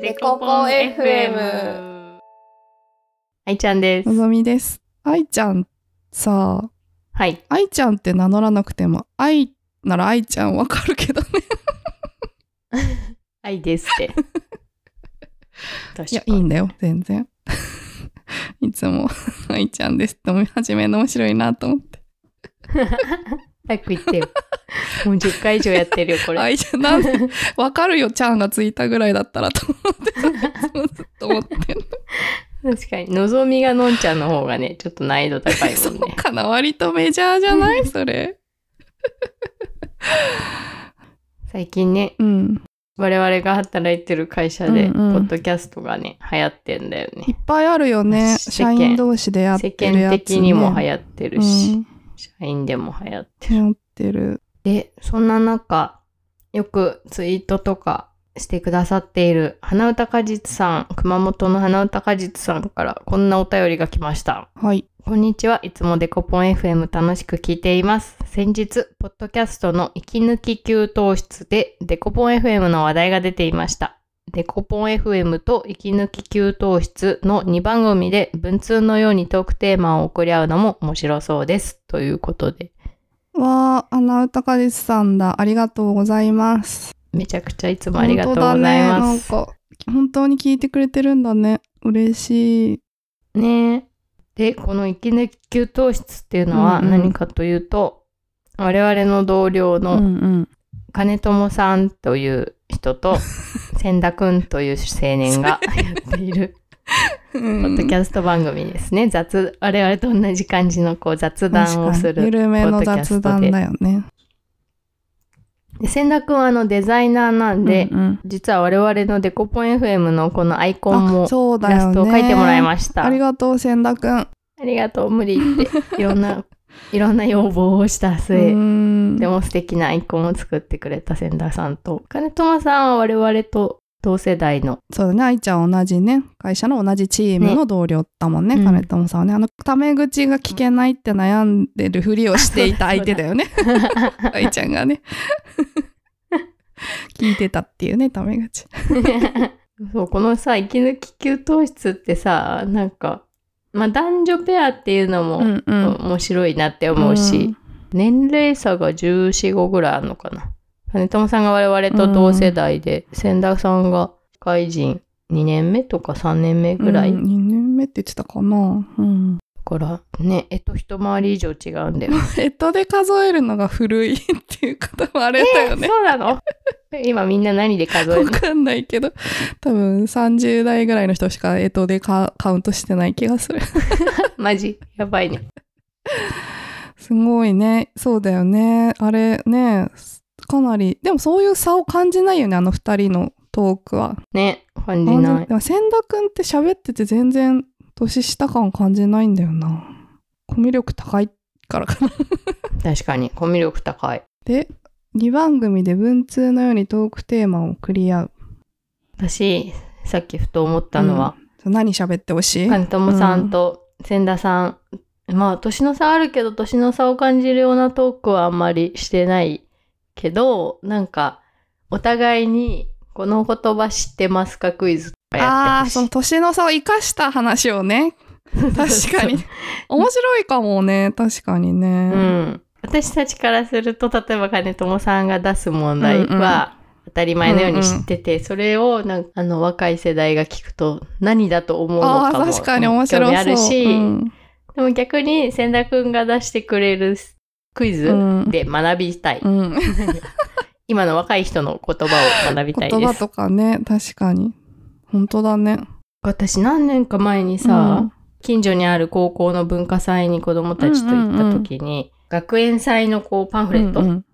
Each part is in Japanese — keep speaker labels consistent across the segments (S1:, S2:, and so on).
S1: デコポン FM。愛ちゃんです
S2: の。ぞみです。愛ちゃんさあ、
S1: はい。
S2: 愛ちゃんって名乗らなくても、愛なら愛ちゃんわかるけどね。
S1: 愛です って。
S2: い
S1: 確
S2: や
S1: か、
S2: いいんだよ、全然。 いつも愛ちゃんですって思い始めるの面白いなと思って。
S1: 早く言って よ。もう10回以上やってるよ、これ。
S2: 愛ちゃん、なんで、わかる よ、ちゃんがついたぐらいだったらと 思って、ずっと思ってんの
S1: 確かに。のぞみがのんちゃんの方がね、ちょっと難易度高い
S2: そ
S1: もん
S2: う
S1: ね。
S2: かな、割とメジャーじゃ ないそれ。
S1: 最近ね、
S2: うん。
S1: 我々が働いてる会社で、
S2: う
S1: ポ
S2: んうん
S1: ッドキャストがね、流行ってんだよ
S2: い
S1: ね
S2: っ。ぱいあるよね。
S1: 世
S2: 社
S1: 間
S2: 員同士でやっ
S1: 世
S2: てるや
S1: 間
S2: つ、ね。
S1: 的にも流
S2: 行
S1: 行ってるし、
S2: うん、
S1: 社員でも流行ってる。
S2: 流行ってる。
S1: で、そんな中、よくツイートとかしてくださっている、花歌果実さん、熊本の花歌果実さんからこんなお便りが来ました。
S2: はい。
S1: こんにちは。いつもデコポン FM 楽しく聞いています。先日、ポッドキャストの息抜き給湯室でデコポン FM の話題が出ていました。デコポン FM と息抜き給湯室の2番組で文通のようにトークテーマを送り合うのも面白そうです。ということで、
S2: わあ、アナウタカジスさんだ。ありがとうございます。
S1: めちゃくちゃいつもありがとうございま
S2: 本
S1: す。
S2: 当だね。なんか、本当に聞いてくれてるんだね。嬉しい。
S1: ねえで、この息抜き給湯室っていうのは
S2: うんうん
S1: 何かというと、我々の同僚の
S2: ん
S1: 金友さんという人 と、千田くんという青年がやっている、
S2: うん。
S1: ポッドキャスト番組ですね。雑、我々と同じ感じのこう雑談をす
S2: 確かに
S1: る。
S2: 緩めの雑談だよね。
S1: で千田くんはあのデザイナーなんで、
S2: うんうん
S1: 実は我々のデコポン FM のこのアイコンも
S2: あ、、そう
S1: イ
S2: だよ
S1: ラ
S2: ね。
S1: ストを描いてもらいました。
S2: ありがとう、千田くん。
S1: ありがとう、無理言って。いろんな、いろんな要望をした末、
S2: うん
S1: でも素敵なアイコンを作ってくれた千田さんと、金友さんは我々と同世代の、
S2: そうだね、愛ちゃんは同じね、会社の同じチームの同僚だもんね、
S1: ね
S2: 金友さんはね。あの、タメ口が聞けないって悩んでるふりをしていた相手だ よね。愛ちゃんが ね。聞いてたっていうね、タメ口。
S1: そう、このさ、息抜き給湯室ってさ、なんか、まあ男女ペアっていうのも
S2: んう
S1: 面白いなって思うし、年齢差が14、5ぐらいあるのかな。金友さんが我々と同世代で、千田さんが社会人2年目とか3年目
S2: うん、
S1: ぐらい
S2: うん2年目って言ってたかな。うん。
S1: だからね、えっと一回り以上違うんだ よ。
S2: えっとで数えるのが古いっていう方もあれだよね。
S1: そうなの 今みんな何で数える
S2: わかんないけど、多分30代ぐらいの人しかえっとでカカウントしてない気がする。
S1: マジやばいね。
S2: すごいね。そうだよね。あれね、かなり、でもそういう差を感じないよね、あの二人のトークは。
S1: ね、感じな
S2: あ
S1: い。
S2: でも千田くんって喋ってて全然年下感感じないんだよな。コミュ力高いからかな。
S1: 確かに、コミュ力高い。
S2: で、2番組で文通のようにトークテーマをクリア。
S1: 私、さっきふと思ったのは、
S2: 何喋ってほしい
S1: 金友さんと千田さん、まあ、年の差あるけど、年の差を感じるようなトークはあんまりしてないけど、なんか、お互いに、この言葉知ってますかクイズとかや
S2: あ
S1: っ
S2: あ、
S1: てほし
S2: その
S1: い。
S2: 年の差を生かした話をね。 確かに。面白いかもね。確かにね。
S1: うん、私たちからすると例えば金友さんが出す問題
S2: うんうん
S1: は当たり前のように知ってて、それをなんかあの若い世代が聞くと何だと思うの
S2: ああ
S1: かも
S2: ー、確かに面
S1: 興
S2: 白そう。
S1: 味あるし、
S2: うん
S1: でも逆に千田くんが出してくれるクイズ
S2: うん
S1: で学びたい、
S2: うん、
S1: 今の若い人の言葉を学びたい
S2: 言
S1: で
S2: 葉
S1: す
S2: とかね確かに本当だね
S1: 私何年か前にさ、近所にある高校の文化祭に子供たちと行った時に、学園祭のこうパンフレット、
S2: うんうん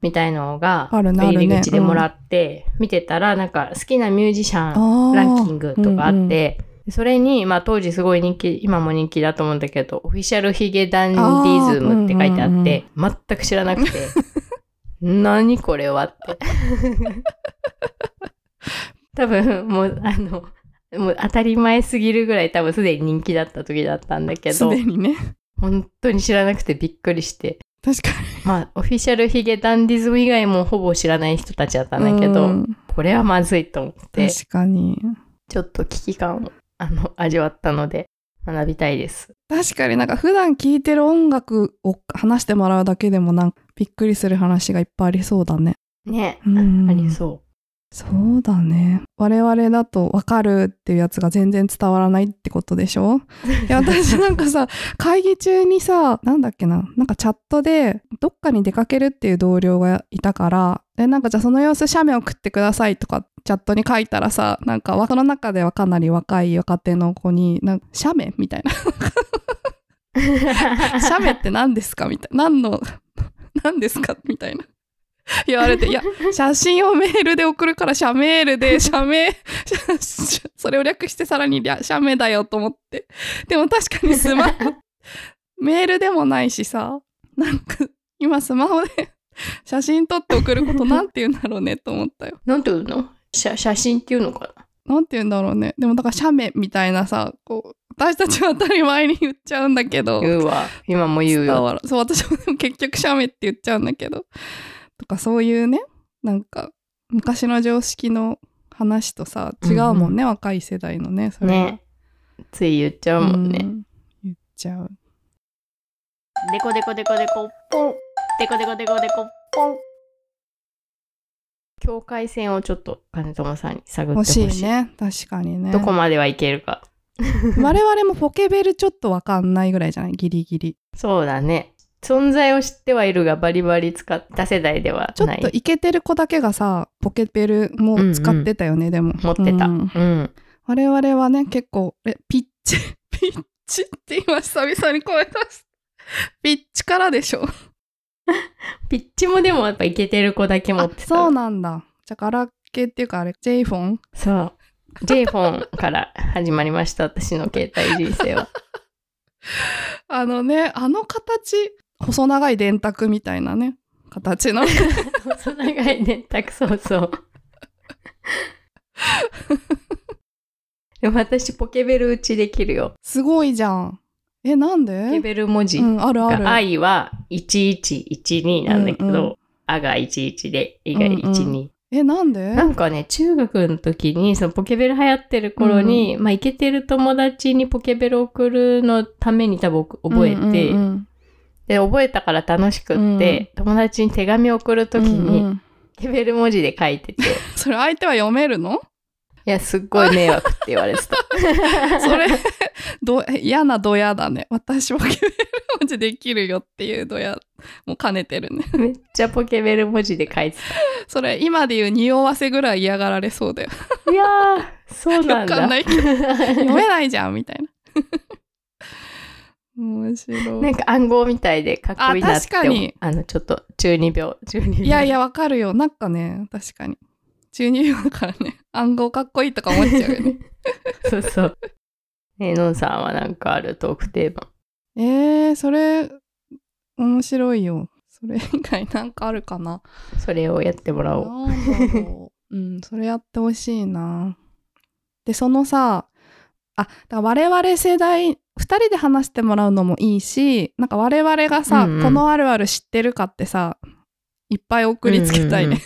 S1: みたいのが、
S2: あるね
S1: 入り
S2: あるね
S1: 口でもらって、見てたら、なんか好きなミュージシャン
S2: あー
S1: ランキングとかあって、それに、まあ当時すごい人気、今も人気だと思うんだけど、オフィシャルヒゲダンディズムって書いてあ
S2: あーうん
S1: っ
S2: うん
S1: て、全く知らな くて、何これはって。多分、もう、あの、もう当たり前すぎるぐらい多分すでに人気だった時だったんだけ
S2: す
S1: ど
S2: で、にね
S1: 本当に知らなくてびっくりして、
S2: 確か
S1: まあ、オフィシャルヒゲダンディズム以外もほぼ知らない人たちだったん
S2: に
S1: だけど、
S2: うん
S1: ここれはまずいと思って、
S2: 確かに。
S1: ちょっと危機感をあの味わったので学びたいです。
S2: 確かになんか普段聴いてる音楽を話してもらうだけでもなんかびっくりする話がいっぱいありそうだね。
S1: ね、
S2: うん
S1: ありそう。
S2: そうだね。我々だとわかるっていうやつが全然伝わらないってことでしょいや、私なんかさ、会議中にさ、なんだっけな、なんかチャットで、どっかに出かけるっていう同僚がいたから、え、なんかじゃあその様子写メ送ってくださいとか、チャットに書いたらさ、なんかわその中ではかなり若い若手の子に、なんか写メみたいな。写メって何ですかみたいな。何の、何ですかみたいな。言われて、いや、写真をメールで送るから、写メールで、写メ、写写それを略してさらに写写メだよと思って。でも確かにスマホ、 メールでもないしさ、なんか、今スマホで 写真撮って送ることなんて言うんだろうねと思ったよ。
S1: なんていうの写写真っていうのか
S2: なんて言うんだろうね。でもだから写メみたいなさ、こう、私たちは当たり前に言っちゃうんだけど
S1: な。言うわ。今も言う
S2: 伝
S1: よ。
S2: わらそう私もでも結局写メって言っちゃうんだけどとかそういうねなんか昔の常識の話とさ違うもんね、若い世代のねそれ
S1: ね。つい言っちゃ
S2: う
S1: うもんね。
S2: ん言っちゃう
S1: デコデコデコデコポンデコデコデコデコポン境界線をちょっと金友さんに探ってほ
S2: 欲
S1: しい
S2: しいね確かにね
S1: どこまではいけるか
S2: 我々もポケベルちょっとわかんないぐらいじゃないギリギリ
S1: そうだね存在を知ってはいるがバリバリ使った世代では
S2: ちょ
S1: な
S2: っ
S1: い
S2: とイケてる子だけがさポケベルも使ってたよね、でも
S1: 持ってた
S2: う
S1: うんん、
S2: 我々はね結構えピッチ ピッチって今久々に声出すピッチからでしょ
S1: ピッチもでもやっぱイケてる子だけ持ってた
S2: あそうなんだじゃあガラケーっていうかあれ J フォン
S1: そう J フォンから始まりました私の携帯人生は
S2: あのねあの形細長い電卓みたいなね 形の
S1: 細長い電卓そうそう でも私ポケベル打ちできるよ
S2: すごいじゃんえなん
S1: ポケ
S2: で
S1: ベル文字
S2: うんあるある
S1: が「愛」は1112なんだけ
S2: うんうん
S1: ど「あ」が11で「い」が12、
S2: うんえなんで
S1: なんかね中学の時にそのポケベル流行ってる頃に、まあイケてる友達にポケベル送るのために多分覚えて、
S2: うん
S1: で覚えたから楽しくって、友達に手紙送る
S2: うんうん
S1: 時に、
S2: うん
S1: ポ
S2: うん
S1: ケベル文字で書いて てい
S2: それ相手は読めるの
S1: やすっごい迷惑って言われてた
S2: そ れどえ嫌なドヤだね私ポケベル文字できるよっていうドヤも兼ねてるね
S1: めっちゃポケベル文字で書いて
S2: それ今で言う匂わせぐらい嫌がられそうだよ
S1: たいやーそうなん
S2: わか
S1: だ
S2: んない け読めないじゃんみたいな 面白い
S1: なんか暗号みたいでかっこいいなって思う
S2: あ確かに
S1: あのちょっと中二病中二病
S2: いやいやわかるよなんかね確かに中二病だからね暗号かっこいいとか思っちゃう よね
S1: そうそうねえのんさんはなんかあるトークテーマ
S2: えー、それ面白いよそれ以外なんかあるかな
S1: それをやってもらおう
S2: なんだろううんそれやってほしいなでそのさあだから我々世代2人で話してもらうのもいいしなんか我々がさ、
S1: うんうん
S2: このあるある知ってるかってさいっぱい送りつけたい
S1: うん
S2: ね、
S1: うんうん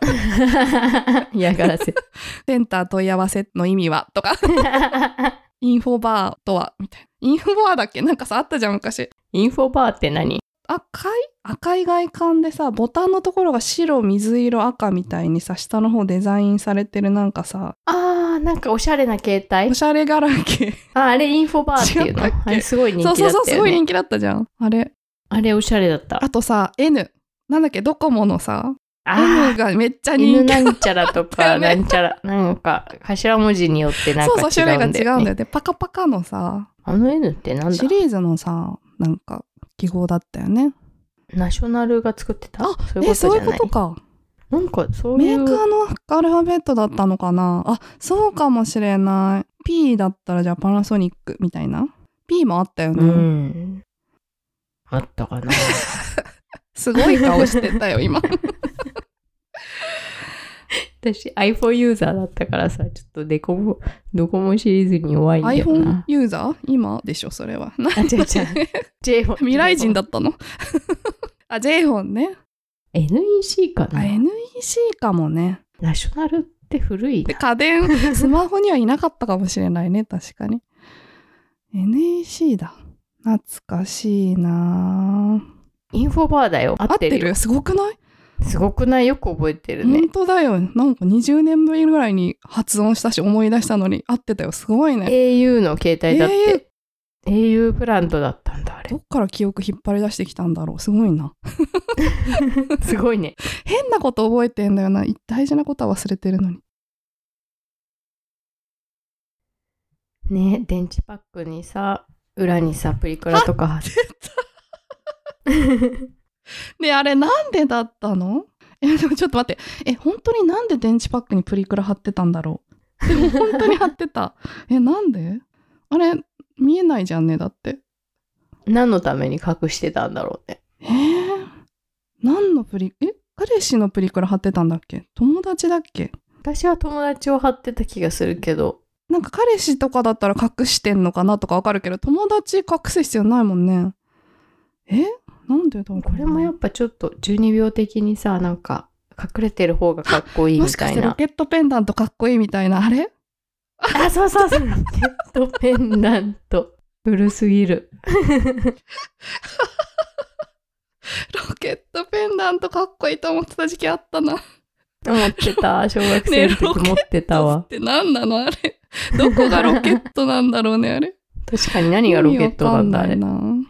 S1: 嫌がら せ
S2: センター問い合わせの意味は とかインフォバーとはみたいなインフォバーだっけなんかさあったじゃん昔
S1: インフォバーって何
S2: 赤い赤い外観でさボタンのところが白水色赤みたいにさ下の方デザインされてるなんかさ
S1: あーなんかおしゃれな携
S2: お
S1: 帯
S2: しゃれガラケ
S1: ああれインフォバーっていうの
S2: 違ったっ
S1: あ
S2: け
S1: れすごい
S2: ー
S1: 人
S2: そう
S1: 気
S2: そ
S1: だ
S2: う
S1: った
S2: そ
S1: よ
S2: う
S1: ね
S2: すごい人気だったじゃんあれ
S1: あれおしゃれだった
S2: あとさ N なんだっけドコモのさ
S1: あ
S2: N がめっちゃ
S1: ー
S2: 人
S1: 犬
S2: 気
S1: なんちゃらと
S2: だ
S1: か
S2: よね
S1: なんちゃらなんか頭文字によってなん
S2: そう
S1: か
S2: そう
S1: 違
S2: 種類が
S1: うんだ
S2: 違
S1: よ
S2: うんだ
S1: ね
S2: よでパカパカのさ
S1: あの N ってなんだ
S2: シリーズのさなんか記号だったよね
S1: ナショナルが作ってた
S2: あ
S1: そういう
S2: え
S1: こと
S2: そう
S1: じ
S2: い
S1: ゃ
S2: うこ
S1: ない
S2: とか
S1: なんかそうい
S2: メ
S1: う
S2: ーカーのアルファベットだったのかなあそうかもしれない P だったらじゃあパナソニックみたいな P もあったよね、
S1: うん。あったかな。
S2: すごい顔してたよ今
S1: 私 iPhone ユーザーだったからさ、ちょっとデコボ、ドコモシリーズに 弱いんだよ
S2: iPhone
S1: な。
S2: ユーザー今でしょそれはな
S1: あ、違 う違う。J フォン。
S2: 未来人だったの あ J フォンね
S1: NEC か
S2: あ
S1: な。
S2: NEC かもね
S1: ナショナルって古い
S2: で
S1: な。
S2: 家電スマホにはいなかったかもしれないね確かに NEC だ懐かしいなぁ
S1: インフォバーだよ。合
S2: 合っ
S1: って
S2: て
S1: るよ。
S2: るすごくない、
S1: すごくないよく覚えてるね
S2: 本。当だよなんか20年ぶりぐらいに発音したし思い出したのに合ってたよすごいね
S1: au の携帯だっ
S2: au
S1: て。au ブランドだったんだ、あれ
S2: ど。っから記憶引っ張り出してきたんだろうすごいな
S1: すごいね。
S2: 変なこと覚えてんだよな大事なことは忘れてるのに
S1: ね電池パックにさ、裏にさ、プリクラとか貼って。
S2: であれなんでだったのえ でもちょっと待ってえ本当になんで電池パックにプリクラ貼ってたんだろうでも本当に貼ってた えなんであれ見えないじゃんねだって
S1: 何のために隠してたんだろうね。
S2: えー、何のプリえ彼氏のプリクラ貼ってたんだっけ友達だっけ
S1: 私は友達を貼ってた気がするけど、
S2: なんか彼氏とかだったら隠してんのかなとかわかるけど友達隠す必要ないもんねえなんでだろう
S1: これもやっぱちょっと12秒的にさ、なんか隠れてる方がかっこいい
S2: も
S1: み
S2: しか
S1: た
S2: し
S1: い
S2: てロ
S1: な。
S2: ケットペンダントかっこいいみたいなあれ
S1: あ、そうそうそう。ロケットペンダント。古すぎる。
S2: ロケットペンダントかっこいいと思ってた時期あったな。
S1: 持って た。小学生の時
S2: ねロケット
S1: 持ってた
S2: っ
S1: わ。
S2: て何なのあれ。 どこがロケットなんだろうねあれ。
S1: 確かに何がロケットなんだあ
S2: 意
S1: れ
S2: 味。わかん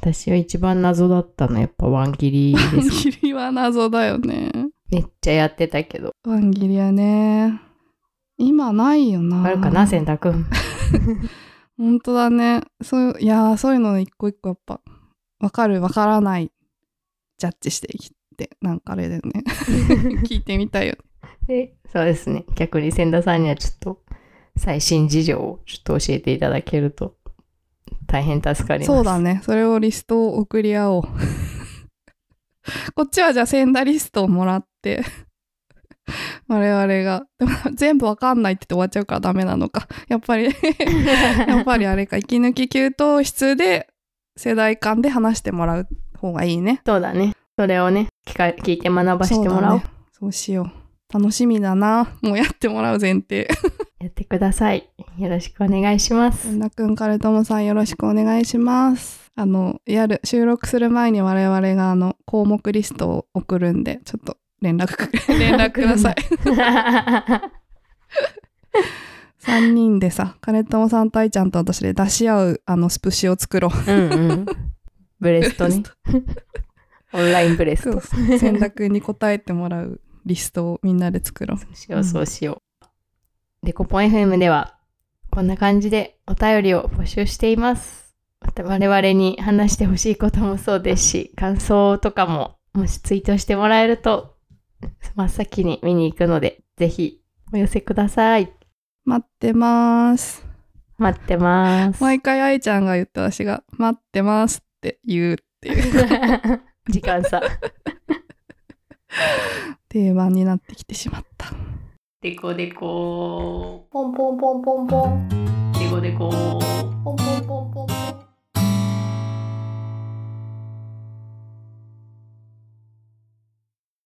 S1: 私は一番謎だったのやっぱワンギリ
S2: ない
S1: で
S2: な。
S1: す。
S2: 切りは謎だよね。
S1: めっちゃやってたけど。
S2: ワンギリはね。今ないよな。
S1: あるかな洗濯 ん。
S2: 本当だね。そういやーそういうの一個一個やっぱわかるわからないジャッジしていきってなんかあれだよね。 聞いてみたいよね。
S1: で、そうですね。逆に千田さんにはちょっと最新事情をちょっと教えていただけると大変助かります。
S2: そうだ。ね。それをリストを送り合おう。 こっちはじゃあセンダリストをもらって、 我々が、でも全部わかんないって言って終わっちゃうからダメなのか。やっ ぱり、やっぱりあれか、息抜き給湯室で世代間で話してもらう方がいいね。
S1: そうだね。それをね、聞か聞いて学ばしてもらおう。
S2: そうだねそうしよう。楽しみだな。もうやってもらう前提。
S1: やってください。よろしくお願いしま
S2: 千
S1: す。
S2: 田くん、カルトモさんよろしくお願いします。あの、やる、収録する前に我々があの、項目リストを送るんで、ちょっと連絡く、連絡ください。3人でさ、カルトモさんと愛ちゃんと私で出し合う、あの、スプシを作ろう。
S1: うんうん。ブレストね。オンラインブレス
S2: そ
S1: ト
S2: う。そう。千田くんに答えてもらうリストをみんなで作ろう。
S1: そうしよう、そうしよう。デコポン FM では、こんな感じでお便りを募集しています。また我々に話してほしいこともそうですし、感想とかも、もしツイートしてもらえると、真っ先に見に行くので、ぜひお寄せください。
S2: 待ってます。
S1: 待ってます。
S2: 毎回愛ちゃんが言って私が、待ってますって言うっていう
S1: 時間差。
S2: 定番になってきてしまった。
S1: デコデコポンポンポンポンポン。デコデコ